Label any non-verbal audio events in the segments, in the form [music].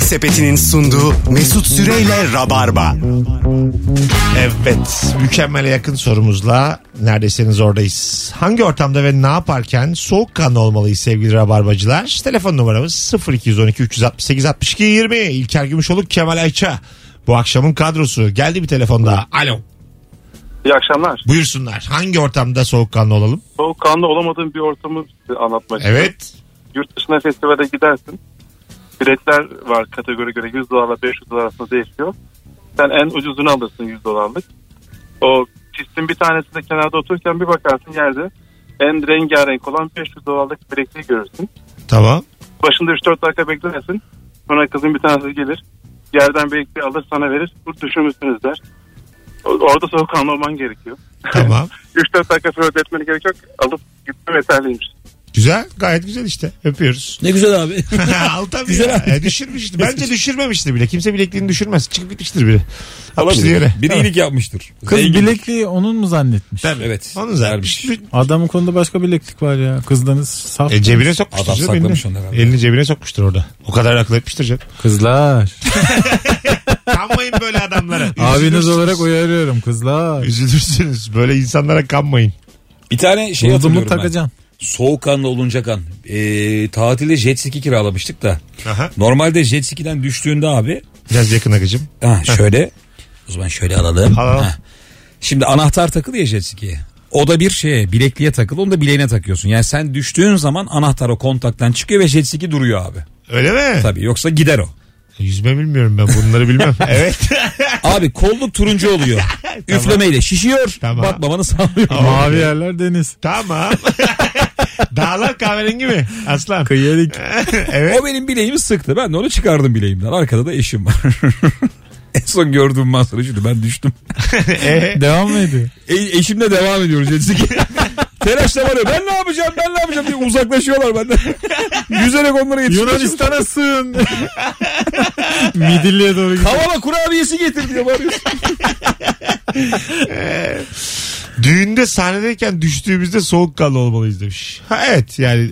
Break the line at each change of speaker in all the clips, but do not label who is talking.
Sepeti'nin sunduğu Mesut Süreyle Rabarba.
Evet mükemmele yakın sorumuzla neredesiniz oradayız. Hangi ortamda ve ne yaparken soğukkanlı olmalıyız sevgili rabarbacılar? Telefon numaramız 0212 368 62 20 İlker Gümüşoluk Kemal Ayça. Bu akşamın kadrosu geldi bir telefon daha. Alo
İyi akşamlar.
buyursunlar hangi ortamda soğukkanlı olalım?
Soğukkanlı olamadığım bir ortamı size anlatmak istiyorum.
Evet
Yurt dışına festivale gidersin. Biletler var kategori göre 100 dolarla 500 dolar arasında değişiyor. Sen en ucuzunu alırsın 100 dolarlık. O pistin bir tanesinde kenarda otururken bir bakarsın yerde en rengarenk olan 500 dolarlık bilekliği görürsün.
tamam.
Başında 3-4 dakika beklersin. Sonra kızın bir tanesi gelir. Yerden bilekliği alır sana verir. Bu düşünmüşsünüz der. O- Orada soğukkanlı olman gerekiyor.
Tamam.
3-4 dakika flört etmene gerek yok. Alıp gitme yeterliymiş.
Güzel gayet güzel işte
[laughs]
öpüyoruz.
Ne güzel
[laughs]
abi.
Al tabii
Güzel
ya.
abi.
E, düşürmüştü. Bence düşürmemişti bile. Kimse bilekliğini düşürmez. Çıkıp gitmiştir biri. Atmıştır
Olabilir.
yere.
Biri iyilik yapmıştır.
Kız
Zengin.
bilekliği onun mu zannetmiş?
Tabii. Evet.
Onu zaten.
şey.
Vermiş.
Adamın kolunda başka bileklik var ya. Kızdanız saf.
E, cebine sokmuştur.
Adam
canım
saklamış
elini.
onları abi.
Elini cebine sokmuştur orada. O kadar akıl etmiştir canım.
[laughs]
Kızlar.
Kanmayın böyle adamlara.
[laughs] Abiniz
Üzülürsünüz.
olarak uyarıyorum kızlar.
Üzülürsünüz. Böyle insanlara kanmayın.
Bir tane şey
Buldun mu
hatırlıyorum ben.
takacaksın.
Soğukkanlı olunca kan. Ee, tatilde jet ski kiralamıştık da.
Aha.
Normalde jet ski'den düştüğünde abi
Biraz yakın akıcım.
ha, şöyle o zaman şöyle alalım.
Alalım.
Ha. Şimdi anahtar takılı ya jet ski'ye. O da bir şeye bilekliğe takılı onu da bileğine takıyorsun. Yani sen düştüğün zaman anahtar o kontaktan çıkıyor ve jet ski duruyor abi.
Öyle mi?
Tabii yoksa gider o.
Yüzme bilmiyorum ben. Bunları bilmem. [laughs] evet.
Abi kolluk turuncu
[laughs]
oluyor. Üflemeyle şişiyor.
Tamam.
Batmamanı sağlıyor.
Mavi yerler deniz.
tamam. [laughs] Dağlar kahverengi mi? Aslan.
Kıyıya dik.
evet.
O benim bileğimi sıktı. Ben de onu çıkardım bileğimden. Arkada da eşim var. [laughs] en son gördüğüm manzara şuydu. Ben düştüm.
Ee,
Devam
[laughs]
mı ediyor?
E- eşimle devam ediyoruz. jet [laughs] ski. Telaşla var ya ben ne yapacağım ben ne yapacağım diye uzaklaşıyorlar benden. [laughs] Yüzerek onlara yetişiyor. [laughs]
Yunanistan'a sığın. Midilli'ye doğru gidiyor.
Kavala kurabiyesi getir diye bağırıyorsun.
düğünde sahnedeyken düştüğümüzde soğukkanlı olmalıyız demiş. Ha, evet yani.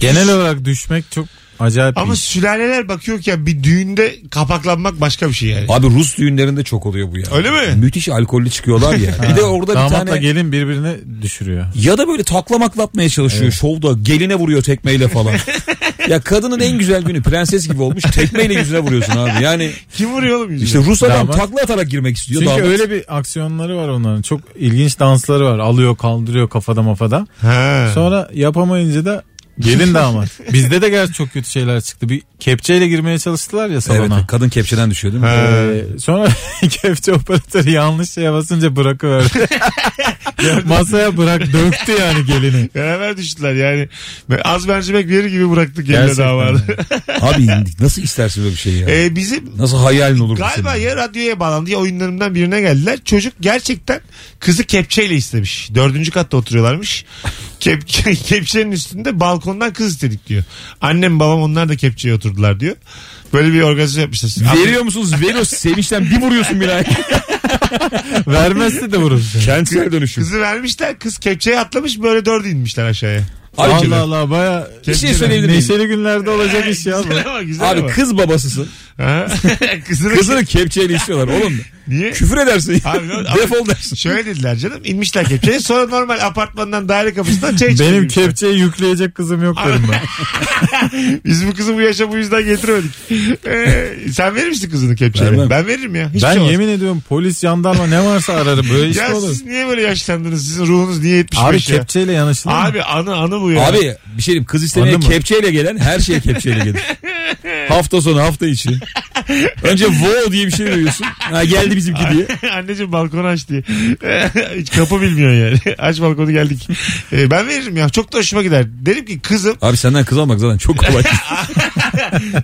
Genel olarak düşmek çok acayip
Ama
bir iş.
sülaleler bakıyorken bir düğünde kapaklanmak başka bir şey yani.
[laughs] Abi Rus düğünlerinde çok oluyor bu ya.
Öyle mi?
Müthiş alkollü çıkıyorlar ya. bir de orada bir
Damatla
tane...
gelin birbirini düşürüyor.
Ya da böyle taklamaklatmaya çalışıyor şovda. Geline vuruyor
[laughs]
tekmeyle falan. ya kadının en güzel günü prenses gibi olmuş. Tekmeyle yüzüne vuruyorsun abi. Yani
Kim vuruyor oğlum yüzüne?
işte Rus adam
Damat-
takla atarak girmek istiyor.
Çünkü
damat.
öyle bir aksiyonları var onların. Çok ilginç dansları var. Alıyor kaldırıyor kafada mafada.
Ha.
Sonra yapamayınca da gelin damat. [laughs] Bizde de gerçi çok kötü şeyler çıktı. Bir kepçeyle girmeye çalıştılar ya
Evet,
salona.
kadın kepçeden düşüyor değil mi?
Ha.
Ee, sonra [laughs] kepçe operatörü yanlış şeye basınca [laughs] bırakıverdi. Masaya bırak döktü yani gelini.
Beraber düştüler yani. Az mercimek bir yeri gibi bıraktık yerine
Gerçekten
davalı.
Abi nasıl istersin böyle bir şey ya?
[laughs] Ee, bizim
nasıl hayalin olur? bu
Galiba
senin?
ya radyoya bağlandı ya oyunlarımdan birine geldiler. Çocuk gerçekten kızı kepçeyle istemiş. Dördüncü katta oturuyorlarmış. [laughs] Kepçe, kepçenin üstünde balkondan kız istedik diyor. Annem babam onlar da kepçeye oturdular diyor. Böyle bir organizasyon yapmışlar.
Veriyor musunuz? Veriyor. Sevinçten bir
[laughs]
vuruyorsun binaya.
Vermezse de vurursun.
Kentsel dönüşüm.
Kızı vermişler. Kız kepçeye atlamış böyle dördü inmişler aşağıya.
Allah Allah baya
Bir şey söyleyebilir miyim?
neşeli günlerde olacak iş ya. bu.
[laughs] Güzel ama güzel
Abi
ama.
kız babasısın.
Ha? [laughs] Kızını,
Kızını kepçeyle istiyorlar oğlum.
Niye?
Küfür edersin.
Abi,
[laughs]
abi-
Defol dersin.
Şöyle dediler canım. inmişler kepçeye. Sonra normal apartmandan daire kapısından çay içmeye
Benim
girmişler.
kepçeyi yükleyecek kızım yok derim ben.
Biz bu kızı bu yaşa bu yüzden getiremedik. Ee, sen verir misin kızını kepçeyle?
Vermem.
Ben veririm ya. Hiçbir
ben
şey olmaz.
yemin ediyorum polis jandarma ne varsa ararım böyle iş mi
Ya
olur?
siz niye böyle yaşlandınız? Sizin ruhunuz niye 75
Abi
ya?
kepçeyle yanaşılır mı?
Abi anı anı bu ya.
Abi bir şey diyeyim kız istemeye
Anladın mı?
kepçeyle gelen her şeye kepçeyle gelir. hafta sonu hafta içi. Önce wow diye bir şey duyuyorsun. Ha geldi bizimki
[laughs]
diye.
Anneciğim balkonu aç diye. [laughs] Hiç kapı bilmiyorsun yani. [laughs] aç balkonu geldik. Ee, ben veririm ya. Çok da hoşuma gider. Derim ki kızım
Abi senden kız almak zaten
[laughs]
çok kolay.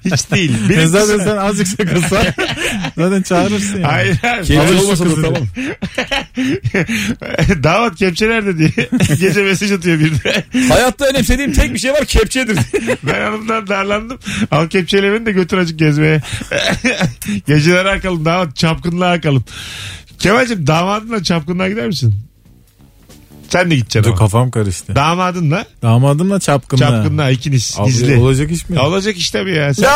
hiç
[laughs]
değil.
E
Benim
zaten
kızım.
sen azıcık sakınsan
[laughs]
zaten çağırırsın yani.
Hayır. hayır.
Kepçe
Alışsın
olmasa da
kızı.
tamam.
[laughs] Damat kepçe nerede diye. [laughs] Gece mesaj atıyor bir de.
Hayatta önemsediğim tek bir şey var kepçedir.
Ben hanımdan darlandım. Al kepçeyle beni de götür acık gezmeye. [laughs] Geceler akalım damat çapkınlığa akalım. Kemal'cim damadınla çapkınlığa gider misin? Sen de gideceksin
Dur
ama.
kafam karıştı.
Damadınla
Damadımla çapkınla.
çapkınla ikiniz
Abi,
gizli.
Olacak iş mi?
Olacak işte bir ya. [laughs] Sen...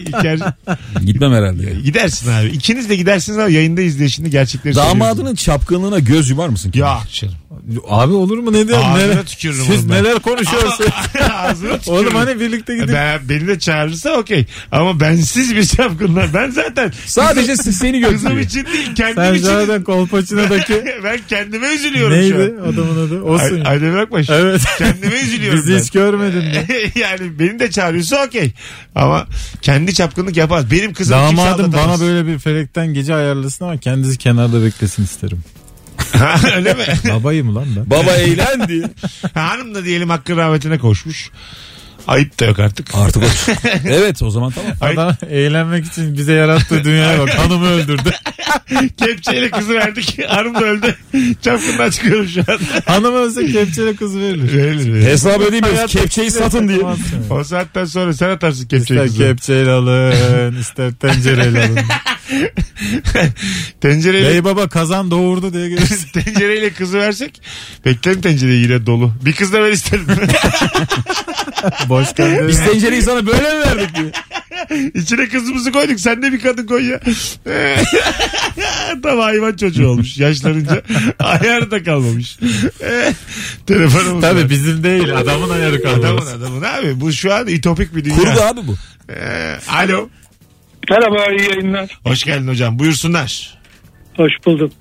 İlker,
[laughs] Gitmem herhalde.
gidersin abi. İkiniz de gidersiniz ama yayındayız diye şimdi gerçekleri söylüyoruz.
Damadının çapkınlığına göz yumar mısın? ki?
Ya canım. [laughs]
Abi olur mu ne diyorsun?
Ağzına
Neler-
tükürürüm
Siz
oğlum ben.
neler konuşuyorsunuz?
Ağzına tükürürüm.
[laughs] oğlum hani birlikte gidip
Ben, beni de çağırırsa okey. Ama bensiz bir çapkınlar. Ben zaten
Sadece siz seni
kızım
gözlüyor.
için değil kendim
sen
için. [laughs]
zaten kolpaçinadaki
ben kendime üzülüyorum şu
neydi
an.
adamın adı?
Ay,
Olsun.
Aydemir Akbaş.
evet.
Kendime üzülüyorum
Bizi
ben. Ee,
hiç görmedin mi?
[laughs] yani beni de çağırıyorsa okey. Ama kendi çapkınlık yapar. Benim kızım kimse
Damadım
anlatamaz.
bana böyle bir felekten gece ayarlasın ama kendisi kenarda
[laughs]
beklesin isterim.
Ha, Öyle mi? [laughs]
Babayım lan ben.
Baba eğlendi.
Hanım da diyelim hakkın rahmetine koşmuş. Ayıp da yok artık.
Artık o. [laughs] Evet o zaman tamam.
Ay-
Adam eğlenmek için bize yarattığı
[laughs]
dünyaya bak. Hanımı öldürdü.
Kepçeyle kızı verdik. [laughs] Hanım da öldü. Çapkından çıkıyorum şu an.
[laughs] Hanım ölse kepçeyle kız verilir.
Verilir, verilir.
Hesap ödeyemiyoruz.
Hayatta
Kepçeyi
kimse
satın diye.
satmaz seni.
O saatten sonra sen atarsın kepçeyi
İster
kızı.
kepçeyle alın, ister tencereyle
[laughs]
alın.
Tencereyle,
Bey baba kazan doğurdu diye gelirsin.
[laughs] tencereyle kızı versek beklerim tencereyi yine dolu. Bir kız da ben
[laughs]
isterim.
[laughs]
Boş kaldı.
Biz tencereyi sana böyle mi verdik diye.
İçine kızımızı koyduk. Sen de bir kadın koy ya. [laughs] Tam hayvan çocuğu olmuş.
[laughs]
Yaşlanınca ayarı da kalmamış. [laughs] Telefonumuz
Tabii
var.
bizim değil adamın ayarı
Adamın
kaldı.
adamın abi. Bu şu an itopik bir dünya.
şey Kurgu abi bu.
Ee, alo.
Merhaba iyi yayınlar.
Hoş geldin hocam. Buyursunlar.
Hoş bulduk.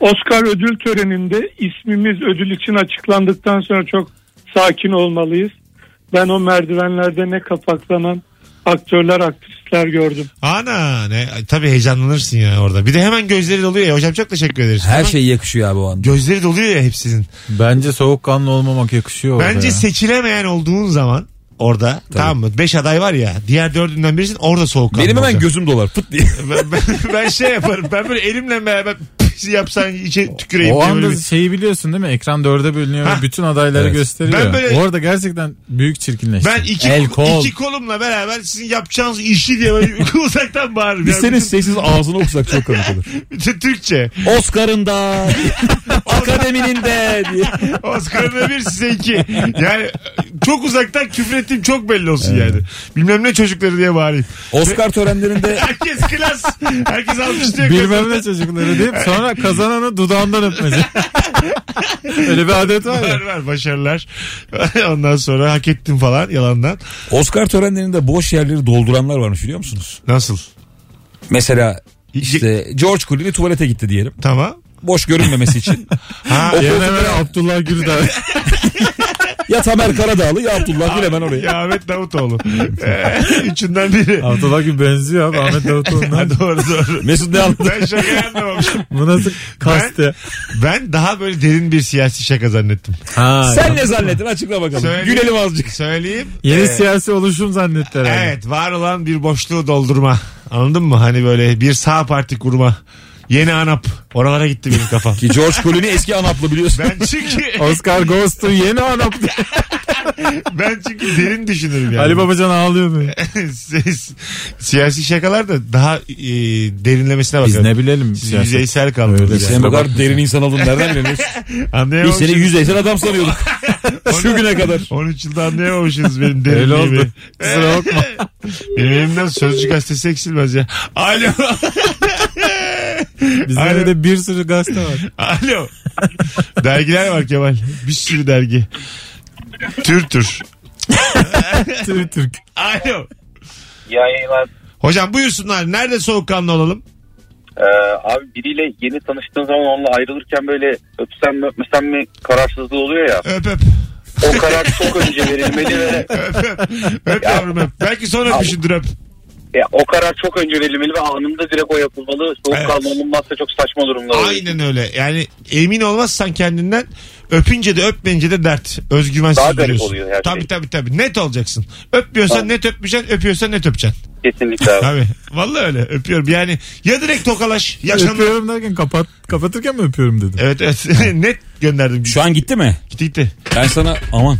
Oscar ödül töreninde ismimiz ödül için açıklandıktan sonra çok sakin olmalıyız. Ben o merdivenlerde ne kapaklanan aktörler aktrisler gördüm.
Ana ne? Ay, Tabii heyecanlanırsın ya orada. Bir de hemen gözleri doluyor ya. Hocam çok teşekkür ederiz.
Her
Hemen
şey yakışıyor abi o anda.
Gözleri doluyor ya hepsinin.
Bence soğukkanlı olmamak yakışıyor orada
Bence
ya.
seçilemeyen olduğun zaman orada tamam mı? Beş aday var ya. Diğer dördünden birisin orada soğuk
Benim hemen gözüm dolar fıt diye.
[laughs] ben, ben, ben şey yaparım. Ben böyle elimle beraber yapsan içe tüküreyim.
O
diye böyle
anda
bir-
şeyi biliyorsun değil mi? Ekran dörde bölünüyor
Ha.
ve bütün adayları
Evet.
gösteriyor.
Ben böyle-
Orada gerçekten büyük çirkinleşti.
ben iki,
El kol.
iki kolumla beraber sizin yapacağınız işi diye böyle uzaktan bağırırım.
Biz
Yani
senin
bütün-
sessiz ağzını okusak çok komik olur.
bütün Türkçe.
Oscar'ın [laughs] da akademinin de diye.
Oscar'ına bir size iki. Yani çok uzaktan küfrettiğim çok belli olsun yani. Bilmem ne çocukları diye bağırayım.
Oscar törenlerinde
Herkes klas. Herkes alkışlıyor.
Bilmem ne
[laughs]
çocukları deyip sonra kazananı dudağından öpmece. Öyle bir adet var
Var
ya.
var başarılar. [laughs] Ondan sonra hak ettim falan yalandan.
Oscar törenlerinde boş yerleri dolduranlar varmış biliyor musunuz?
Nasıl?
Mesela işte George Clooney tuvalete gitti diyelim.
Tamam.
Boş görünmemesi için.
Ha,
O
Yerine
koltukta-
böyle Abdullah Gül de
ya Tamer Karadağlı ya Abdullah Gül hemen oraya.
ya Ahmet Davutoğlu. [laughs] Ee, Üçünden biri.
Abdullah Gül benziyor abi Ahmet Davutoğlu'na.
Ha, doğru doğru.
Mesut ne anladı?
Ben şakayı
[laughs]
anlamamışım.
Bu nasıl kast ya?
Ben daha böyle derin bir siyasi şaka zannettim.
Ha,
Sen ne zannettin açıkla bakalım.
Söyle.
Gülelim azıcık.
Söyleyeyim.
Yeni
Ee,
siyasi oluşum zannettiler. abi.
Evet var olan bir boşluğu doldurma. Anladın mı? Hani böyle bir sağ parti kurma. Yeni ANAP. Oralara gitti benim kafam.
Ki George Clooney eski Anaplı biliyorsun.
ben çünkü
Oscar Ghost'un yeni anap.
[laughs] ben çünkü derin düşünürüm yani.
Ali Babacan ağlıyordu.
[laughs] Siz- siyasi şakalar da daha e, derinlemesine
Biz
bakalım.
ne bilelim
Siz
siyaset.
yüzeysel kaldınız.
Öyle
Yani.
Sen bu kadar derin insan oldun nereden biliyorsun? Biz
Anlayamamışsınız.
seni yüzeysel
[laughs]
adam sanıyorduk. Şu güne kadar.
13 yılda anlayamamışsınız benim
Öyle
derinliğimi.
oldu. Kusura bakma.
Benim elimden Sözcü gazetesi eksilmez ya. Alo.
Bizim
Aynen.
evde bir sürü gazete var.
Alo. Dergiler var Kemal. Bir sürü dergi. Tür tür.
Tür Türk.
Alo.
yayınlar.
Hocam buyursunlar. Nerede soğukkanlı olalım?
Ee, abi biriyle yeni tanıştığın zaman onunla ayrılırken böyle öpsem mi öpmesem mi kararsızlığı oluyor ya.
Öp öp.
O karar çok önce verilmeli ve
Öp öp. Öp yavrum öp. Belki sonra öpüşündür öp.
ya, o karar çok önce verilmeli ve anında direkt o yapılmalı. Soğuk
Evet.
kalma olmazsa çok saçma durumlar oluyor.
Aynen öyle. Yani emin olmazsan kendinden öpünce de öpmeyince de dert. Özgüvensiz
Daha garip
duruyorsun.
oluyor her şey.
Tabii tabii tabii. Net olacaksın. Öpmüyorsan
Tamam.
net öpmeyeceksin. Öpüyorsan net öpeceksin. [laughs]
Kesinlikle abi.
Tabii. Vallahi öyle. Öpüyorum. Yani ya direkt tokalaş. İyi akşamlar.
Öpüyorum derken kapat, kapatırken mi öpüyorum dedim.
Evet evet. [laughs] net gönderdim.
Şu an gitti mi?
Gitti gitti.
[laughs] Ben sana aman.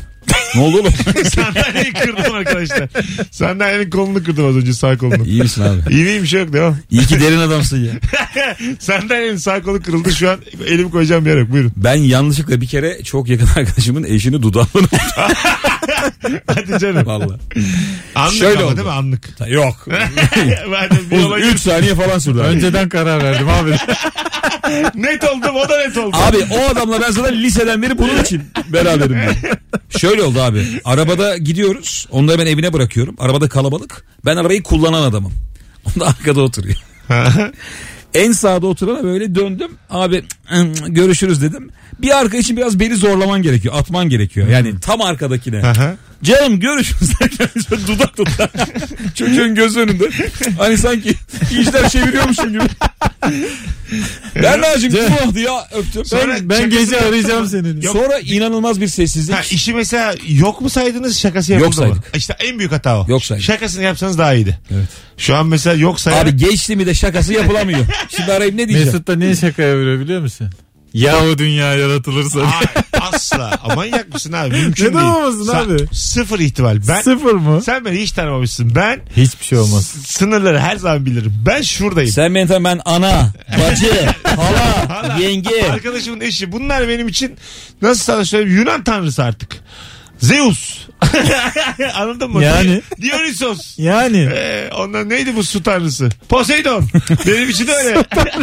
Ne oldu oğlum?
Sandalyeyi kırdım arkadaşlar. Sandalyenin kolunu kırdım az önce sağ kolunu.
[laughs] İyi misin abi?
İyiliğim şey yok devam.
İyi ki derin adamsın ya.
Sandalyenin sağ kolu kırıldı şu an elimi koyacağım bir yer yok buyurun.
Ben yanlışlıkla bir kere çok yakın arkadaşımın eşini dudağından
Hadi canım.
valla.
Anlık
Şöyle
ama
oldu.
değil mi
[laughs]
anlık.
Yok.
Madem bir olay-
3 saniye falan sürdü.
Önceden karar verdim abi.
net oldum o da net oldu.
Abi o adamla ben zaten liseden beri bunun için beraberim ben. Şöyle oldu abi. Arabada gidiyoruz. Onları ben evine bırakıyorum. Arabada kalabalık. Ben arabayı kullanan adamım. [laughs] O da arkada oturuyor. en sağda oturana böyle döndüm. Abi "Hmm, görüşürüz dedim. Bir arka için biraz beni zorlaman gerekiyor. Atman gerekiyor. Yani tam arkadakine.
Aha.
Canım görüşürüz derken [laughs] şöyle dudak dudak. Çocuğun göz önünde. Hani sanki işler çeviriyormuşum gibi. Berna'cığım kim oldu ya öptüm.
Sonra-
Ben, ben gece arayacağım seni.
Yok.
Sonra inanılmaz bir sessizlik.
Ha, işi mesela yok mu saydınız şakası yapıldı
Yok
mı?
saydık.
İşte en büyük hata o.
Yok saydık.
Şakasını yapsanız daha iyiydi.
Evet.
Şu an mesela yok sayarak
Abi geçti mi de
[laughs]
şakası yapılamıyor. Şimdi arayıp ne diyeceğim?
Mesut da niye şakaya vuruyor biliyor musun? Yahu dünya yaratılırsa.
Hayır, asla. Aman yakmışsın abi. Mümkün
Neden
değil.
olmasın abi?
Sıfır ihtimal. Ben,
Sıfır mı?
Sen beni hiç tanımamışsın. Ben
Hiçbir şey olmaz.
sınırları her zaman bilirim. Ben şuradayım.
Sen beni tanı- ben ana, bacı, hala, yenge.
Arkadaşımın eşi. Bunlar benim için nasıl sana söyleyeyim Yunan tanrısı artık. Zeus. [laughs] Anladın mı?
Yani.
[laughs] Dionysos.
Yani
Ee, ondan neydi bu su tanrısı? Poseidon. Benim için
[laughs]
öyle. Benim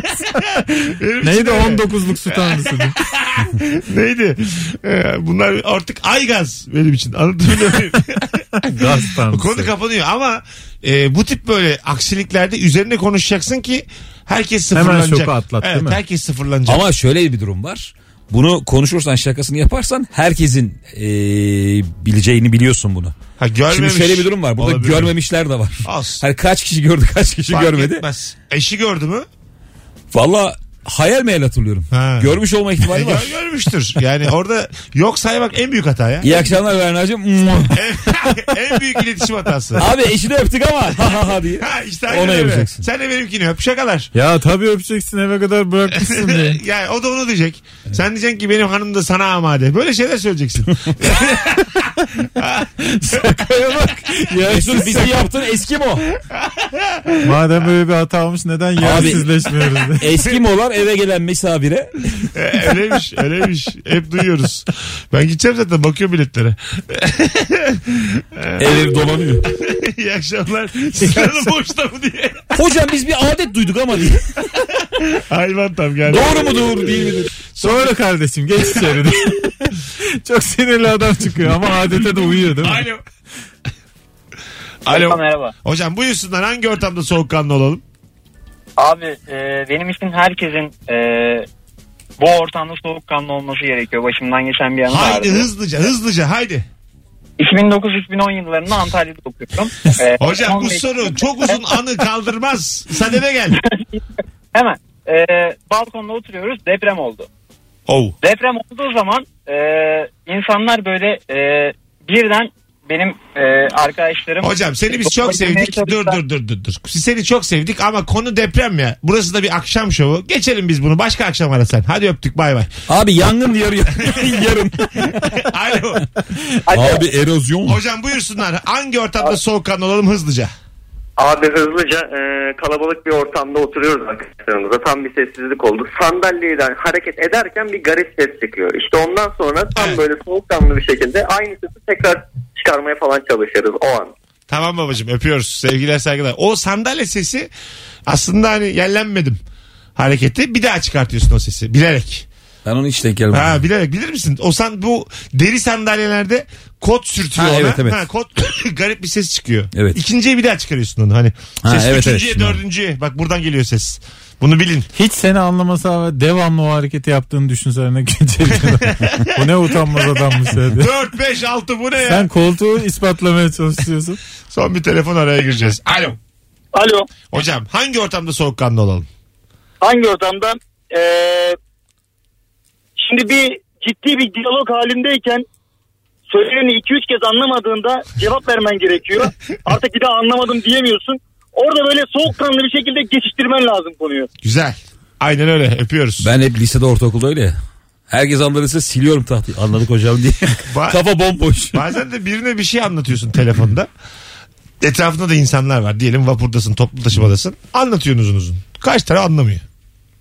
için
neydi
öyle.
19'luk su [laughs] tanrısı?
Neydi? Ee, bunlar artık aygaz benim için. Anlatabiliyor muyum?
Gaz tanrısı.
Konu kapanıyor ama e, bu tip böyle aksiliklerde üzerine konuşacaksın ki herkes
Hemen
sıfırlanacak.
şoku atlat,
evet,
değil mi?
Herkes sıfırlanacak.
Ama şöyle bir durum var. Bunu konuşursan şakasını yaparsan herkesin eee, bileceğini biliyorsun bunu.
ha, görmemiş.
Şimdi şöyle bir durum var. Burada
olabilir.
görmemişler de var.
Az.
Hani kaç kişi gördü kaç kişi
Fark
görmedi.
etmez. Eşi gördü mü?
Valla hayal meyal hatırlıyorum.
Ha.
Görmüş olma ihtimali
E, Gör-
var.
görmüştür. Yani orada yok saymak en büyük hata ya.
İyi akşamlar Berna'cığım.
[laughs] en büyük iletişim hatası.
Abi eşini öptük ama ha ha ha diye.
Ha işte
Onu
aynen öyle.
yapacaksın.
Sen de benimkini öp şakalar.
Ya tabii öpeceksin eve kadar bırakmışsın diye.
[laughs]
[laughs]
yani o da onu diyecek. Sen diyeceksin ki benim hanım da sana amade. Böyle şeyler söyleyeceksin.
[laughs]
Şakaya bak. Ya
Mesut bizi yaptın Eskimo.
Madem böyle bir hata olmuş neden [laughs] yersizleşmiyoruz?
Eskimolar eve gelen misafire
E, öyleymiş, öyleymiş. Hep duyuyoruz. Ben gideceğim zaten bakıyorum biletlere.
ev dolanıyor.
İyi akşamlar. Sıranın boşta mı diye.
Hocam biz bir adet duyduk ama diye.
Hayvan tam geldi.
Doğru mudur değil midir?
Sonra kardeşim geç içeri. [laughs] diye. Çok sinirli adam çıkıyor ama adete de uyuyor değil mi?
Alo. Alo.
Merhaba.
Hocam buyursunlar hangi ortamda soğukkanlı olalım?
Abi e, benim için herkesin e, bu ortamda soğukkanlı olması gerekiyor. Başımdan geçen bir anı
Haydi
vardı.
hızlıca hızlıca haydi.
2009-2010 yıllarında Antalya'da
[laughs]
okuyorum. E,
Hocam bu
15
soru çok uzun anı kaldırmaz. Sadede gel.
Hemen e, balkonda oturuyoruz deprem oldu.
Oh.
Deprem olduğu zaman e, insanlar böyle e, birden benim e, arkadaşlarım...
Hocam seni biz çok sevdik. Dur dur dur dur dur. Biz seni çok sevdik ama konu deprem ya. Burası da bir akşam şovu. Geçelim biz bunu. Başka akşam ara sen. Hadi öptük bay [laughs] bay.
Abi yangın diyor ya- [laughs] yarın.
Alo.
Abi erozyon.
Hocam buyursunlar. Hangi ortamda soğukkanlı olalım hızlıca?
Abi hızlıca e, kalabalık bir ortamda oturuyoruz arkadaşlarımızla. Tam bir sessizlik oldu. Sandalyeden hareket ederken bir garip ses çıkıyor. İşte ondan sonra tam
Evet.
böyle soğukkanlı bir şekilde aynı sesi tekrar çıkarmaya falan çalışırız o an.
Tamam babacığım öpüyoruz. Sevgiler saygılar. O sandalye sesi aslında hani yerlenmedim hareketi bir daha çıkartıyorsun o sesi bilerek.
Ben onu hiç denk gelmedim.
Ha bilerek bilir misin? O san bu deri sandalyelerde kot sürtüyor
Ha,
ona.
evet, evet.
Ha, kot [coughs] garip bir ses çıkıyor.
Evet.
İkinciye bir daha çıkarıyorsun onu hani.
Ha,
ses
evet,
üçüncüye
evet.
dördüncüye. Bak buradan geliyor ses. Bunu
[laughs]
bilin.
Hiç seni anlamasa ve devamlı o hareketi yaptığını düşünsene [laughs] geceleri. Bu ne utanmaz adammış ya diye.
Dört beş altı bu ne ya?
Sen koltuğu ispatlamaya çalışıyorsun.
Son bir telefon araya gireceğiz. Alo.
Alo.
Hocam hangi ortamda soğukkanlı olalım?
Hangi ortamda? Ee, şimdi bir ciddi bir diyalog halindeyken söyleyeni 2-3 kez anlamadığında cevap
[laughs]
vermen gerekiyor. Artık bir daha anlamadım diyemiyorsun. Orada böyle soğukkanlı bir şekilde geçiştirmen lazım konuyu.
Güzel. Aynen öyle öpüyoruz.
Ben hep lisede ortaokulda öyle ya. Herkes anlarsa siliyorum tahtayı. Anladık hocam diye.
Ba-
Kafa bomboş.
Bazen de birine bir şey anlatıyorsun telefonda. Etrafında da insanlar var. Diyelim vapurdasın, toplu taşımadasın. Anlatıyorsun uzun uzun. Kaç tane anlamıyor.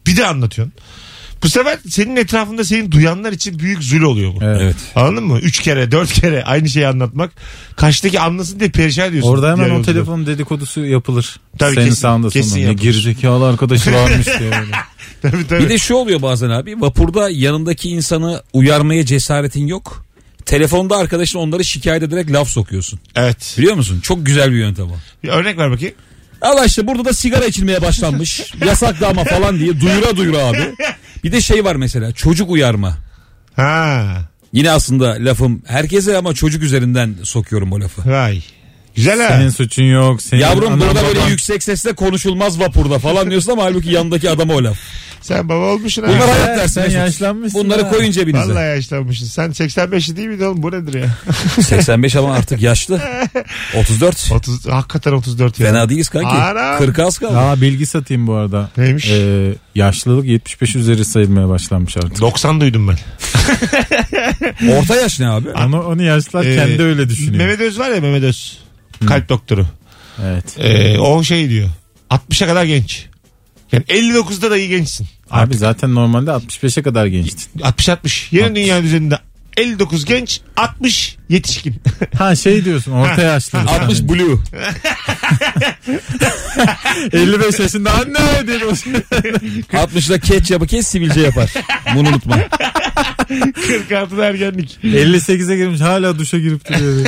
Bir de anlatıyorsun. Bu sefer senin etrafında seni duyanlar için büyük zul oluyor bu.
Evet.
Anladın mı? Üç kere, dört kere aynı şeyi anlatmak. Karşıdaki anlasın diye perişan ediyorsun.
Orada hemen
diğer
o
yolcuları.
telefon dedikodusu yapılır.
Tabii
Senin
kesin-
sağında
kesin
sonunda. Ne
yapılır. [laughs]
gerizekalı arkadaşı varmış diye. böyle.
[laughs] Tabii, tabii.
Bir de şu oluyor bazen abi vapurda yanındaki insanı uyarmaya cesaretin yok. Telefonda arkadaşın onları şikayet ederek laf sokuyorsun.
Evet.
Biliyor musun? Çok güzel bir yöntem o.
Bir örnek ver bakayım.
Allah işte burada da sigara
[laughs]
içilmeye başlanmış. Yasak da ama falan diye duyura duyura abi. Bir de şey var mesela çocuk uyarma.
Ha.
Yine aslında lafım herkese ama çocuk üzerinden sokuyorum
[laughs]
o lafı.
Vay. Güzel ha.
Senin suçun yok. Senin
Yavrum
anan
burada
baban-
böyle yüksek sesle konuşulmaz vapurda falan diyorsun ama halbuki yandaki adama
[laughs]
o laf.
Sen baba olmuşsun ha.
Bunlar hayat
Sen-
dersi.
sen
Mesut.
yaşlanmışsın
Bunları
ha.
koyun cebinize. [laughs]
Vallahi yaşlanmışsın. Sen 85'li değil miydin oğlum? Bu nedir ya?
85 ama artık
[laughs]
yaşlı. 34.
30, hakikaten 34 ya.
Fena değiliz kanki.
Anam.
40 az kaldı.
Aa bilgi satayım bu arada.
Neymiş?
Ee, yaşlılık 75 üzeri sayılmaya başlanmış artık.
90 duydum ben.
Orta yaş ne abi?
Ama onu yaşlılar
Ee,
kendi öyle düşünüyor.
Mehmet Öz var ya Mehmet Öz. Kalp doktoru.
Evet.
Ee, o şey diyor. 60'a kadar genç. Yani 59'da da iyi gençsin.
Abi zaten normalde 65'e kadar gençtin.
60-60. Yarın dünya düzeninde 59 genç, 60 [laughs] yetişkin.
Ha şey diyorsun orta yaşlı.
60
Yani.
blue.
55 yaşında anne
[laughs]
diye dolaşıyor.
60'da ketçabı kes sivilce yapar. Bunu unutma.
[laughs] 46'da ergenlik.
58'e girmiş hala duşa girip duruyor.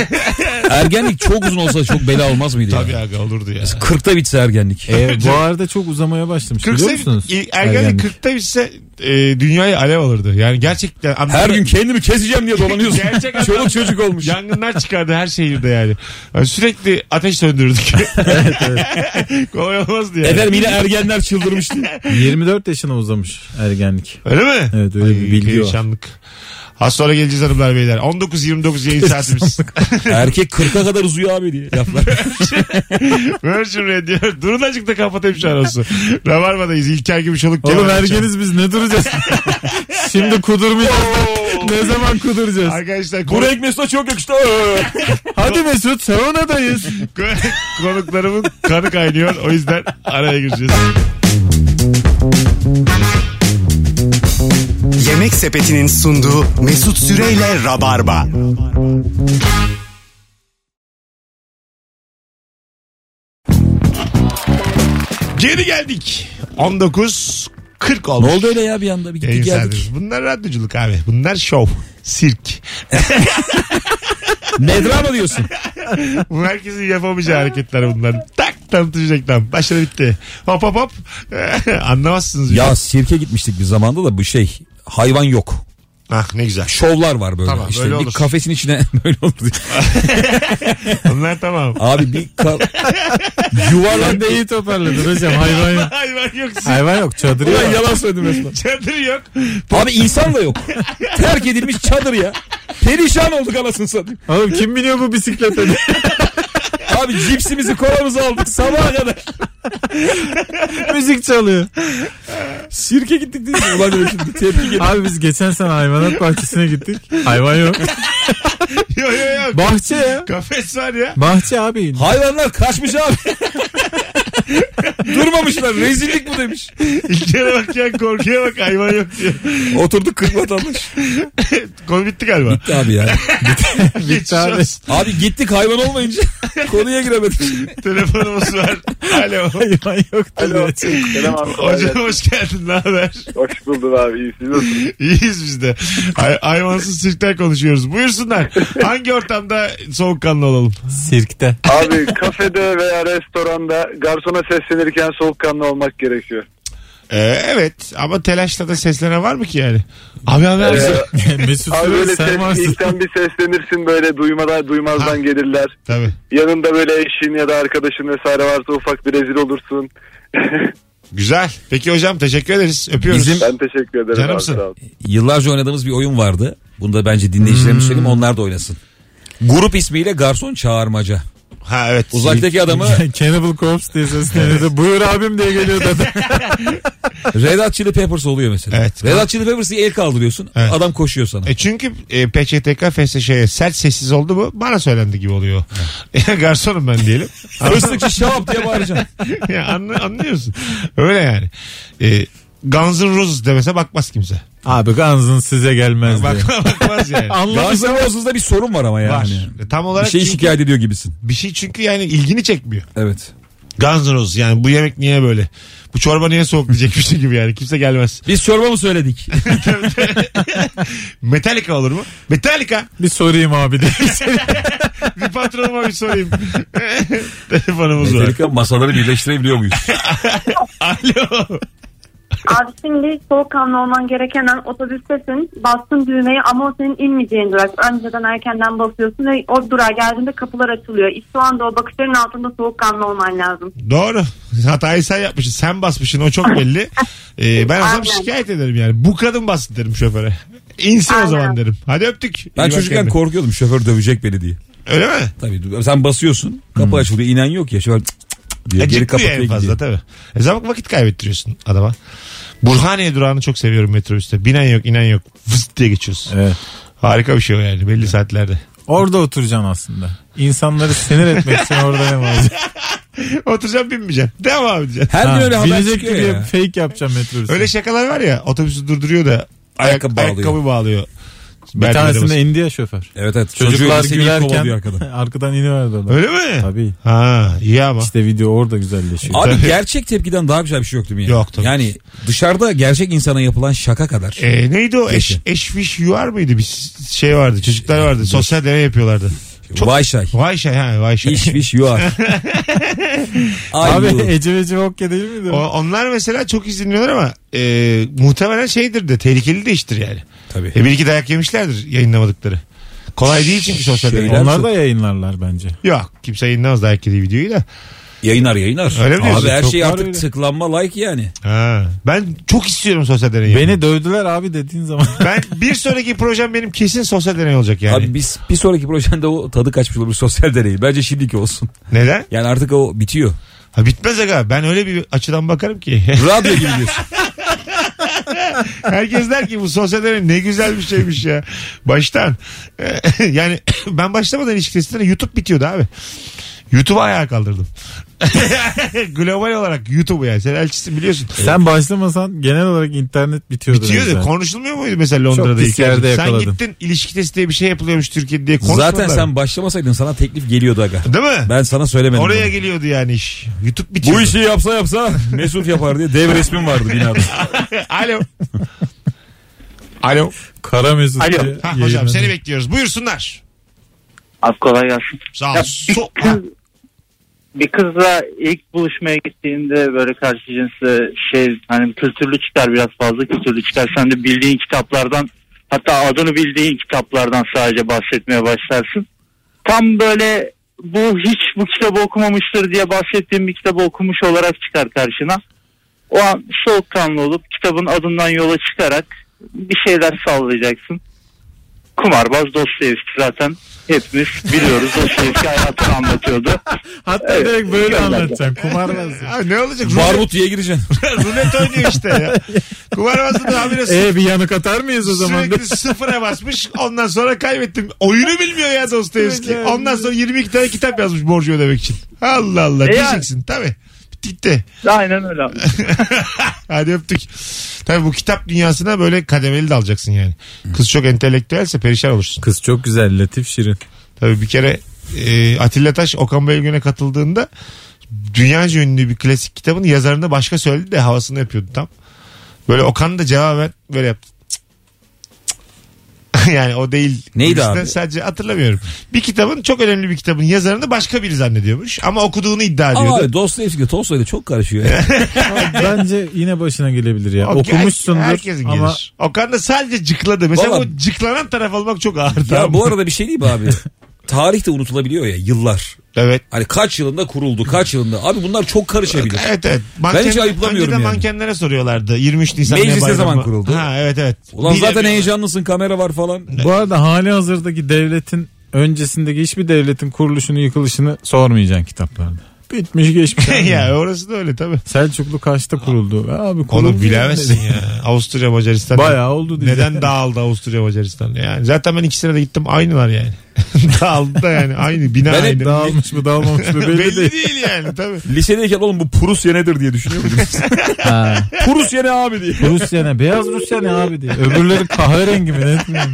Ergenlik çok uzun olsa çok bela olmaz mıydı
Tabii
ya?
aga olurdu ya.
40'ta bitse ergenlik.
E, bu arada çok uzamaya başlamış
40
biliyor musunuz?
e, ergenlik, 40'ta bitse e, dünyayı alev alırdı. Yani gerçekten
Her gün kendimi keseceğim diye
[laughs]
dolanıyorsun.
Gerçek adam.
Çoluk çocuk
[laughs]
olmuş.
Yangınlar çıkardı her şehirde yani. Yani sürekli ateş söndürürdük. [laughs] Kolay olmazdı yani.
Efendim yine ergenler
[laughs]
çıldırmıştı.
24 yaşına uzamış ergenlik.
Öyle mi?
Evet, öyle bir bilgi var.
perişanlık. Az sonra geleceğiz hanımlar beyler. 19.29 yayın saatimiz.
[laughs] Erkek 40'a kadar uzuyor abi diye laflar.
Virgin Radio. Durun azıcık da kapatayım şu anonsu. Rabarba'dayız. İlker Gümüşoluk.
[laughs] Oğlum
Kemal
ergeniz biz
[laughs]
ne duracağız? Şimdi kudurmayacağız. ne zaman
Çam.
kuduracağız?
Arkadaşlar
Bu
konu,
renk Mesut'a çok yakıştı.
[laughs] Hadi Mesut saunadayız.
[laughs] konuklarımın kanı kaynıyor. O yüzden araya gireceğiz.
Yemek Sepeti'nin sunduğu Mesut Süreyle Rabarba.
Geri geldik. 19.40
ne
olmuş.
oldu öyle ya bir anda? Bir gittik
Yayın
geldik.
saatimiz. Bunlar radyoculuk abi. Bunlar şov. Sirk.
Medra mı diyorsun?
Bu herkesin yapamayacağı hareketler bunlar. Tak tanıtıcı reklam. Başarı bitti. Hop hop [laughs] hop. Anlamazsınız.
ya sirke gitmiştik bir zamanda da bu şey hayvan yok.
Ah ne güzel.
Şovlar var böyle.
Tamam,
işte
öyle
bir
olur.
kafesin içine [laughs] böyle olur.
Onlar tamam. [laughs]
Abi bir [laughs] ka- yuvarlan
Ben de
[laughs]
iyi toparladın hocam hayvan yok.
Hayvan yok. sirk
Hayvan yok çadır yok.
Ulan yalan söyledim resmen.
Çadır yok.
Abi insan da yok. Terk edilmiş çadır ya. Perişan olduk anasını satayım.
Oğlum kim biniyor bu bisiklete? [laughs]
Abi cipsimizi kolamızı aldık sabaha kadar.
Müzik çalıyor.
Sirke gittik değil mi? Ulan dedim şimdi tepki geliyor.
Abi biz geçen sene hayvanat bahçesine gittik. Hayvan yok.
Yok yok yok.
Bahçe ya.
Kafes var ya.
Bahçe abi.
Hayvanlar kaçmış abi. [laughs] Durmamışlar rezillik bu demiş.
İlkere bak ya korkuya bak hayvan yok diyor. [laughs]
Oturduk 40 vatandaş.
Konu bitti galiba. [laughs]
Bitti abi ya.
Geçmiş
abi.
olsun.
Abi gittik hayvan olmayınca [laughs] konuya giremedik.
Telefonumuz var. [laughs] Alo.
Hayvan yok.
Alo. Selam abi. kolay
Hocam
gelsin.
hoş geldin. Ne haber?
Hoş buldum abi. İyi siz nasılsınız?
[laughs] İyiyiz biz de. Hay- hayvansız sirkten konuşuyoruz. Buyursunlar. Hangi ortamda soğukkanlı olalım?
Sirkte.
Abi kafede veya restoranda garsona seslenirken soğukkanlı olmak gerekiyor.
Ee, evet ama telaşla da seslenen var mı ki yani? Abi abi abi.
Ee,
[laughs] Mesut
abi
Süre
böyle ses,
sen varsın.
ilkten bir seslenirsin böyle duymadan
Ha.
duymazdan gelirler.
Tabii.
Yanında böyle eşin ya da arkadaşın vesaire varsa ufak bir rezil olursun.
Güzel. Peki hocam teşekkür ederiz. Öpüyoruz.
Bizim-
ben teşekkür ederim.
Canımsın.
abi, sağ ol.
Yıllarca oynadığımız bir oyun vardı. Bunu da bence
Hmm.
dinleyicilerimiz söyleyeyim onlar da oynasın. Grup ismiyle garson çağırmaca.
Ha evet.
Uzaktaki adamı
[laughs] Cannibal Corpse diye seslenirdi. Buyur abim diye geliyor adam.
[laughs] Red Hot Chili Peppers oluyor mesela.
Evet.
Red Hot Chili Peppers'ı el kaldırıyorsun.
Evet.
Adam koşuyor sana.
E çünkü e, PÇTK FSŞ'ye şey, sert sessiz oldu mu bana söylendi gibi oluyor. [laughs] Garsonum ben diyelim. [laughs]
Fıstıkçı şarap diye bağıracaksın.
ya anlı- anlıyorsun. Öyle yani. E, Guns N' Roses demese bakmaz kimse.
Abi Guns'ın size gelmez diye.
Bak, [laughs] bakmaz
[laughs]
yani.
Guns N' Roses'da bir sorun var ama yani.
Var. Tam
Bir
olarak
şey
çünkü-
şikayet ediyor gibisin.
bir şey çünkü yani ilgini çekmiyor.
Evet.
Guns N' Roses yani bu yemek niye böyle? Bu çorba niye soğuk diyecek bir şey gibi yani. Kimse gelmez.
Biz çorba
[laughs]
mı söyledik?
Metallica olur mu? Metallica.
Bir sorayım abi diye.
Bir patronuma bir sorayım.
[laughs]
[laughs] Telefonumuz var.
Metallica [laughs] masaları birleştirebiliyor muyuz?
Alo.
Abi şimdi soğukkanlı olman gereken an otobüstesin. Bastın düğmeye ama o senin inmeyeceğin durak. Önceden erkenden basıyorsun ve o durağa geldiğinde kapılar açılıyor. İşte o anda o bakışların altında soğukkanlı olman lazım.
Doğru. Hatayı sen yapmışsın. Sen basmışsın. O çok belli.
[laughs]
Ee, ben o zaman
Aynen.
şikayet ederim yani. Bu kadın bastı derim şoföre. İnsin o
Aynen.
zaman derim. Hadi öptük. İyi
Ben
bak
çocukken
kendine.
korkuyordum şoför dövecek beni diye.
Öyle mi?
Tabii sen basıyorsun kapı açılıyor inen yok ya şoför cık cık cık
Hmm.
diyor.
E,
Geri
ciddi
kapatıyor
en
gidiyor.
fazla tabii. E, zaman vakit kaybettiriyorsun adama. Burhaniye durağını çok seviyorum metrobüste. Binen yok inen yok. Vıst diye geçiyorsun.
Evet.
Harika bir şey o yani belli saatlerde. [laughs]
Orada oturacaksın aslında. İnsanları sinir etmek için orada ne var?
Oturacağım binmeyeceğim. Devam abi diyeceksin.
Her gün öyle haber
Bilecek
çıkıyor
gibi
ya.
fake yapacağım metrobüsü.
Öyle şakalar var ya otobüsü durduruyor da ayak,
Ayakkabı bağlıyor.
ayakkabı bağlıyor.
Bir tanesinde
Merdivenlere
indi ya şoför.
Evet evet.
Çocuklar
[laughs]
gülerken
arkadan.
[laughs] arkadan iniverdi adam.
basıyor. Öyle mi?
Tabii.
Ha iyi ama.
İşte video orada güzelleşiyor.
Abi
Tabii.
gerçek tepkiden daha güzel bir şey yok değil mi? ya?
Yok, tabii.
Yani dışarıda gerçek insana yapılan şaka kadar.
E, neydi o? Eş,
Peki.
eşfiş yuvar mıydı? Bir şey vardı. Çocuklar vardı. Sosyal deney yapıyorlardı. E, çok-
Vay şay.
Vay şey ha vay şey.
İş
[laughs]
fiş you are. Ay
Abi
e,
bu.
Ece Ece Hokke değil
[laughs]
miydi?
O- onlar mesela çok izleniyorlar ama e, muhtemelen şeydir de tehlikeli de iştir yani.
Tabii.
E, bir iki dayak yemişlerdir yayınlamadıkları. Kolay değil çünkü sosyal deney.
Şeyler-
Onlar da yayınlarlar bence.
Yok kimse yayınlamaz dayak yediği videoyu da.
Yayınlar yayınlar.
Öyle mi diyorsun?
Abi her
Çok
şey
var
artık
öyle.
tıklanma like yani.
Ha. Ben çok istiyorum sosyal deney. yapmayı.
Beni dövdüler abi dediğin zaman.
Ben bir sonraki projem benim kesin sosyal deney olacak yani.
Abi biz bir sonraki projende o tadı kaçmış olur sosyal deneyi. Bence şimdiki olsun.
Neden?
Yani artık o bitiyor.
Ha, bitmez aga. Ben öyle bir açıdan bakarım ki. [laughs]
Radyo gibi diyorsun.
Herkes der ki bu sosyal deney ne güzel bir şeymiş ya. Baştan. [laughs] yani [coughs] ben başlamadan ilişkisinde YouTube bitiyordu abi. YouTube'u ayağa kaldırdım. [laughs] Global olarak YouTube'u yani. Sen elçisin biliyorsun.
Sen başlamasan genel olarak internet bitiyordu.
Bitiyordu.
zaten.
Konuşulmuyor muydu mesela Londra'da?
pis
ilk yerde?
yerde
sen
yakaladım.
gittin ilişki testi diye bir şey yapılıyormuş Türkiye'de diye konuşmadılar.
Zaten sen başlamasaydın sana teklif geliyordu aga.
Değil mi?
Ben sana söylemedim.
Oraya
bunu.
geliyordu yani iş. YouTube bitiyordu.
bu işi yapsa yapsa [laughs] Mesut yapar diye dev resmim vardı binada.
[laughs] [laughs] Alo. Alo.
Kara Mesut. [laughs]
Alo.
diye
Ha, hocam
yayınladı.
seni bekliyoruz. Buyursunlar.
Az kolay gelsin.
Sağ ol.
Ya,
So- ha,
Bir kızla ilk buluşmaya gittiğinde böyle karşı cinsle şey hani kültürlü çıkar biraz fazla kültürlü çıkar. Sen de bildiğin kitaplardan hatta adını bildiğin kitaplardan sadece bahsetmeye başlarsın. Tam böyle bu hiç bu kitabı okumamıştır diye bahsettiğim bir kitabı okumuş olarak çıkar karşına. O an soğukkanlı olup kitabın adından yola çıkarak bir şeyler sallayacaksın. Kumarbaz Dostoyevski zaten hepimiz biliyoruz
[laughs]
Dostoyevski hayatını anlatıyordu.
Hatta
Evet.
direkt böyle
Gönder.
anlatacaksın.
[laughs]
Kumarbaz.
Ha, ne olacak?
Barbut diye gireceksin.
Rulet oynuyor işte ya. Kumarbazda da habire sı-
e bir yanık atar mıyız o zaman?
sürekli sıfıra basmış. Ondan sonra kaybettim. Oyunu bilmiyor ya Dostoyevski.
Evet, evet.
Ondan sonra 22 tane kitap yazmış borcu ödemek için. Allah Allah
E
diyeceksin tabii. Bitti gitti.
Aynen öyle. abi.
Hadi öptük. Tabii bu kitap dünyasına böyle kademeli dalacaksın yani. Kız çok entelektüelse perişan olursun.
Kız çok güzel, latif, şirin.
Tabii bir kere e, Atilla Taş Okan Bayülgen'e katıldığında dünyaca ünlü bir klasik kitabın yazarını da başka söyledi de havasını yapıyordu tam. Böyle Okan da cevaben böyle yaptı. [laughs] Cık, cık, cık. yani o değil.
Neydi
Birisinden
abi?
Sadece hatırlamıyorum. Bir kitabın çok önemli bir kitabın yazarını başka biri zannediyormuş ama okuduğunu iddia
Ama
ediyordu.
abi Dostoyevski Tolstoy'la çok
[laughs]
karışıyor. ya.
Bence yine başına gelebilir ya.
O-
Okumuşsundur
herkesin
ama
gelir. Okan da sadece cıkladı. Mesela
Vallahi-
bu cıklanan taraf olmak çok ağır. tamam
ya
mı?
bu arada bir şey değil mi abi? Tarih de unutulabiliyor ya yıllar.
Evet.
Hani kaç yılında kuruldu kaç yılında. Abi bunlar çok karışabilir.
Evet evet.
hiç ayıplamıyorum
önceden
yani.
mankenlere soruyorlardı. 23 Nisan
Meclis ne
bayramı?
zaman kuruldu?
Ha evet evet.
Ulan
Bilemiyorum. [laughs]
zaten heyecanlısın kamera var falan.
bu arada hali hazırdaki devletin öncesindeki hiçbir devletin kuruluşunu yıkılışını sormayacaksın kitaplarda.
[laughs]
bitmiş geçmiş. abi.
ya orası da öyle tabii.
Selçuklu Kaş'ta kuruldu. Abi
Onu
kuruldu
bilemezsin
yani.
ya. [laughs] Avusturya Macaristan.
Bayağı oldu dizi. [laughs]
Neden dağıldı Avusturya Macaristan? Yani zaten ben ikisine de gittim aynılar yani. [laughs] dağıldı da yani aynı bina
Ben hep
aynı.
Dağılmış mı dağılmamış mı
[laughs]
belli,
Belli
değil.
değil yani tabii.
Lisedeyken oğlum bu Prusya nedir diye düşünüyor
[laughs]
muydunuz?
Ha.
Prusya ne abi diye.
Rusya ne? Beyaz Rusya ne abi diye. Öbürleri kahverengi mi?
[laughs]
Ne bileyim.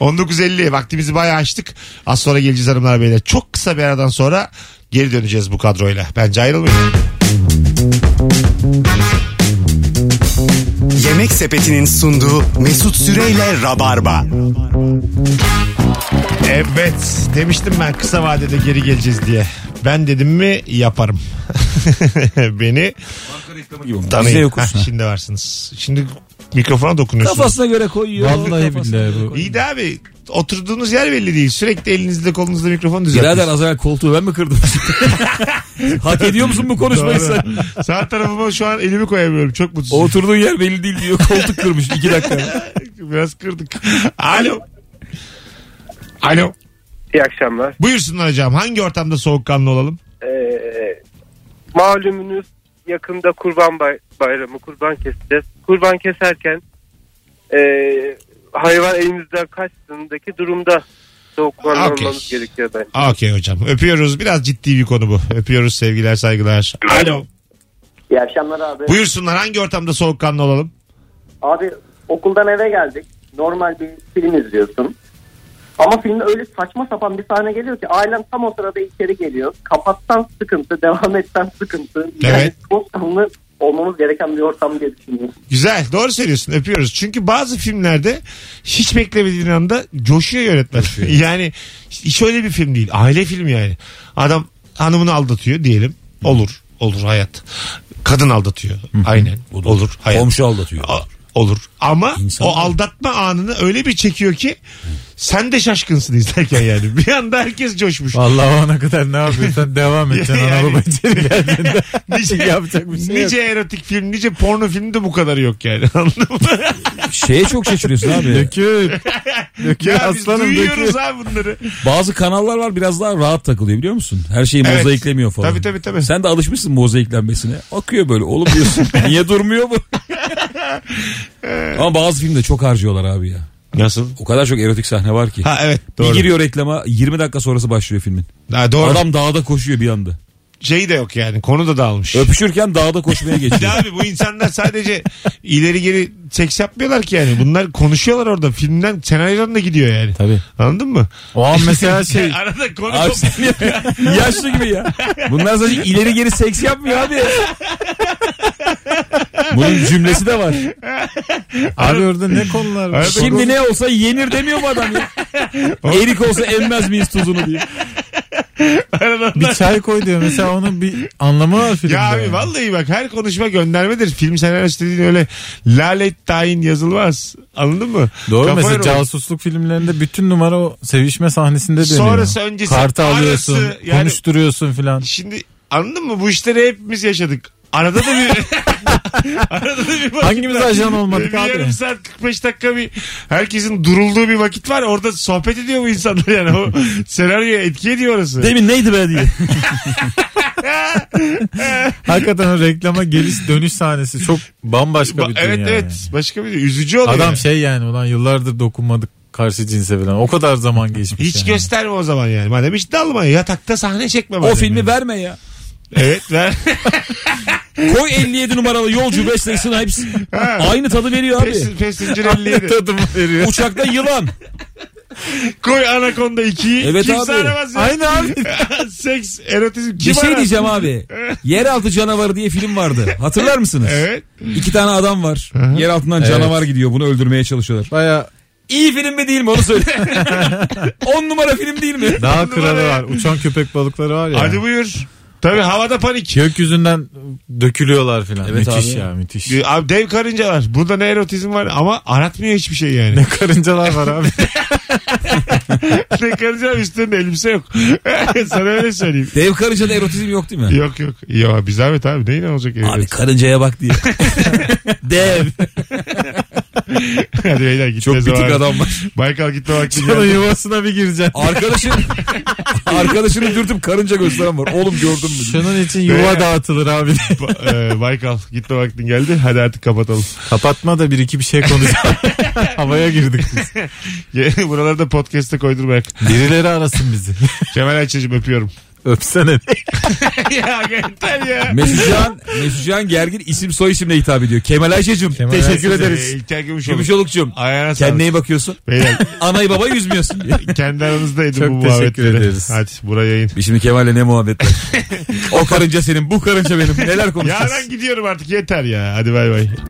19.50 vaktimizi bayağı açtık. Az sonra geleceğiz hanımlar beyler. Çok kısa bir aradan sonra geri döneceğiz bu kadroyla. Bence ayrılmayın.
Yemek Sepeti'nin sunduğu Mesut Süreyle Rabarba.
Evet demiştim ben kısa vadede geri geleceğiz diye. Ben dedim mi yaparım. [laughs] Beni
Bizde
tanıyın. [laughs]
yokuz.
Heh, şimdi varsınız. Şimdi mikrofona dokunuyorsunuz.
Kafasına göre koyuyor.
Vallahi
kafasına
billahi
göre
bu.
koyuyor.
İyi de abi oturduğunuz yer belli değil. Sürekli elinizle kolunuzla mikrofon
Birader
düzeltiyorsunuz.
az evvel koltuğu ben
[laughs]
mi kırdım? Hak ediyor musun bu konuşmayı sen?
Doğru. Sağ tarafıma şu an elimi koyamıyorum. Çok mutsuzum.
Oturduğun yer belli değil diyor. Koltuk kırmış iki dakika.
Biraz kırdık. Alo. Alo.
İyi akşamlar.
Buyursunlar hocam. Hangi ortamda soğukkanlı olalım?
Ee, malumunuz yakında kurban bay- bayramı kurban keseceğiz. Kurban keserken ee, hayvan elimizden kaçtığındaki durumda soğuklanmamız
Okey.
gerekiyor bence.
Okey hocam. Öpüyoruz. Biraz ciddi bir konu bu. Öpüyoruz sevgiler saygılar. Alo.
İyi akşamlar abi.
Buyursunlar hangi ortamda soğukkanlı olalım?
Abi okuldan eve geldik. Normal bir film izliyorsun. Ama filmde öyle saçma sapan bir sahne geliyor ki ailem tam o sırada içeri geliyor. Kapatsan sıkıntı, devam etsen sıkıntı. Yani
Evet.
çok tanımlı olmamız gereken bir ortam diye düşünüyorum.
Güzel doğru söylüyorsun öpüyoruz. Çünkü bazı filmlerde hiç beklemediğin anda coşuyor yönetmen. [laughs] yani şöyle bir film değil aile filmi yani. Adam hanımını aldatıyor diyelim olur olur hayat. Kadın aldatıyor aynen olur, hayat.
Komşu aldatıyor.
A- olur ama
İnsan
o
olur.
aldatma anını öyle bir çekiyor ki sen de şaşkınsın izlerken yani. Bir anda herkes coşmuş.
Vallahi ona kadar
[laughs]
ne yapıyorsan devam edeceksin.
Yani-
Ana baba içeri
[laughs]
geldiğinde
Nice,
yapacak bir şey yok.
nice erotik film, nice porno filmde bu kadar yok yani. [laughs] Anladın mı?
Şeye çok şaşırıyorsun abi.
Dökül. Dökül
ya biz
aslanım dökül.
duyuyoruz abi bunları.
Bazı kanallar var biraz daha rahat takılıyor biliyor musun? Her şeyi
Evet.
mozaiklemiyor falan.
Tabii tabii tabii.
[laughs] Sen de alışmışsın mozaiklenmesine. Akıyor böyle oğlum diyorsun. Niye durmuyor bu? Ama bazı filmde çok harcıyorlar abi ya.
Nasıl?
O kadar çok erotik sahne var ki.
Ha evet
Bir
doğru.
giriyor reklama 20 dakika sonrası başlıyor filmin.
Ha, doğru.
Adam dağda koşuyor bir anda.
Şey de yok yani konu da dağılmış.
Öpüşürken dağda koşmaya
Bir de
geçiyor.
abi bu insanlar sadece ileri geri seks yapmıyorlar ki yani. Bunlar konuşuyorlar orada. Filmden senaryodan da gidiyor yani.
Tabii.
Anladın mı?
O an
[laughs]
mesela şey
Arada konu
[laughs] Abi sen ya- yaşlı gibi ya. Bunlar sadece ileri geri seks yapmıyor abi. Bunun cümlesi de var.
abi orada ne konular var?
Arada
Şimdi ne olsa yenir demiyor mu adam ya? Erik olsa emmez miyiz tuzunu diye.
arada
Bir çay koy diyor mesela onun bir anlamı var filmde.
Ya abi
yani.
vallahi bak her konuşma göndermedir. Film senaryosu dediğin öyle lale tayin yazılmaz. Anladın mı?
Doğru
Kafa
mesela
yoruyor.
casusluk filmlerinde bütün numara o sevişme sahnesinde dönüyor.
Sonrası, öncesi,
Kartı
arası,
alıyorsun,
yani-
konuşturuyorsun filan.
Şimdi anladın mı? Bu işleri hepimiz yaşadık. Arada da bir... [laughs] arada da bir vakit
Hangimiz
var.
ajan olmadık
bir
abi?
yarım saat 45 dakika bir herkesin durulduğu bir vakit var. Orada sohbet ediyor bu insanlar yani. O senaryoya etki ediyor orası.
Demin neydi be diye.
Hakikaten o reklama geliş dönüş sahnesi çok bambaşka
Ba-
bir dünya.
evet
yani.
evet. Başka bir Üzücü oluyor.
Adam
yani.
şey yani ulan yıllardır dokunmadık karşı cinse falan. O kadar zaman geçmiş.
Hiç
yani.
gösterme o zaman yani. Madem hiç dalma. Yatakta sahne çekme.
O
madem
filmi
yani.
verme ya.
Evet ver.
Koy 57 numaralı yolcu Wesley Snipes. Aynı tadı veriyor abi.
Pes- Passenger 57.
Tadım
[laughs]
veriyor.
Uçakta yılan.
Koy Anaconda 2'yi.
Evet
Kimse
abi.
aramaz ya.
Aynı abi.
[laughs] Seks, erotizm. Kim
Bir şey
arar?
diyeceğim abi. Yeraltı canavarı diye film vardı. Hatırlar mısınız?
Evet.
İki tane adam var. Yer altından canavar gidiyor. Bunu öldürmeye çalışıyorlar.
Baya
İyi film mi değil mi
[laughs]
onu söyle. 10 numara film değil mi?
daha
Numara
kralı
ya.
var. Uçan köpek balıkları var ya.
Hadi buyur. Tabii havada panik.
Gökyüzünden dökülüyorlar filan.
Evet
müthiş
abi.
ya müthiş.
[laughs] Abi dev karınca var. Burada ne erotizm var ama aratmıyor hiçbir şey yani.
Karıncalar var abi.
ne karacağım üstünde elbise yok. [laughs] Sana öyle söyleyeyim.
Dev karıncada erotizm yok değil mi?
Yok yok. Ya bir zahmet abi neyle olacak?
Abi karıncaya bak diye. Dev.
[laughs] Hadi beyler gitme
Çok bitik
zamanı.
adam var.
Baykal gitme vakti
Sonra
geldi.
yuvasına bir gireceksin.
[laughs]
Arkadaşın arkadaşını dürtüp karınca gösteren var. Oğlum gördüm mü?
Şunun için yuva dağıtılır abi.
Ba- e, Baykal gitme vaktin geldi. Hadi artık kapatalım. [laughs]
Kapatma da bir iki bir şey konuşalım. Havaya girdik biz.
Buraları da podcast'e koydurmayak.
Birileri arasın bizi. [laughs]
Kemal Ayça'cığım öpüyorum.
Öpsene.
[laughs] ya yeter ya.
Mesutcan, Mesutcan gergin isim soy isimle hitap ediyor. Kemal Ayşe'cim teşekkür
Ayşe,
ederiz.
İlker Gümüşoluk.
Gümüşoluk'cum
Ayağına sağlık.
kendine iyi bakıyorsun.
Beyler
Anayı babayı
[laughs]
üzmüyorsun. diye.
kendi aranızda edin
Çok
bu
teşekkür
muhabbetleri.
ederiz.
Hadi buraya
[laughs]
yayın.
Biz Şimdi Kemal'le ne muhabbetler. o karınca senin bu karınca benim neler konuşacağız.
Ya ben gidiyorum artık yeter ya. Hadi bay bay.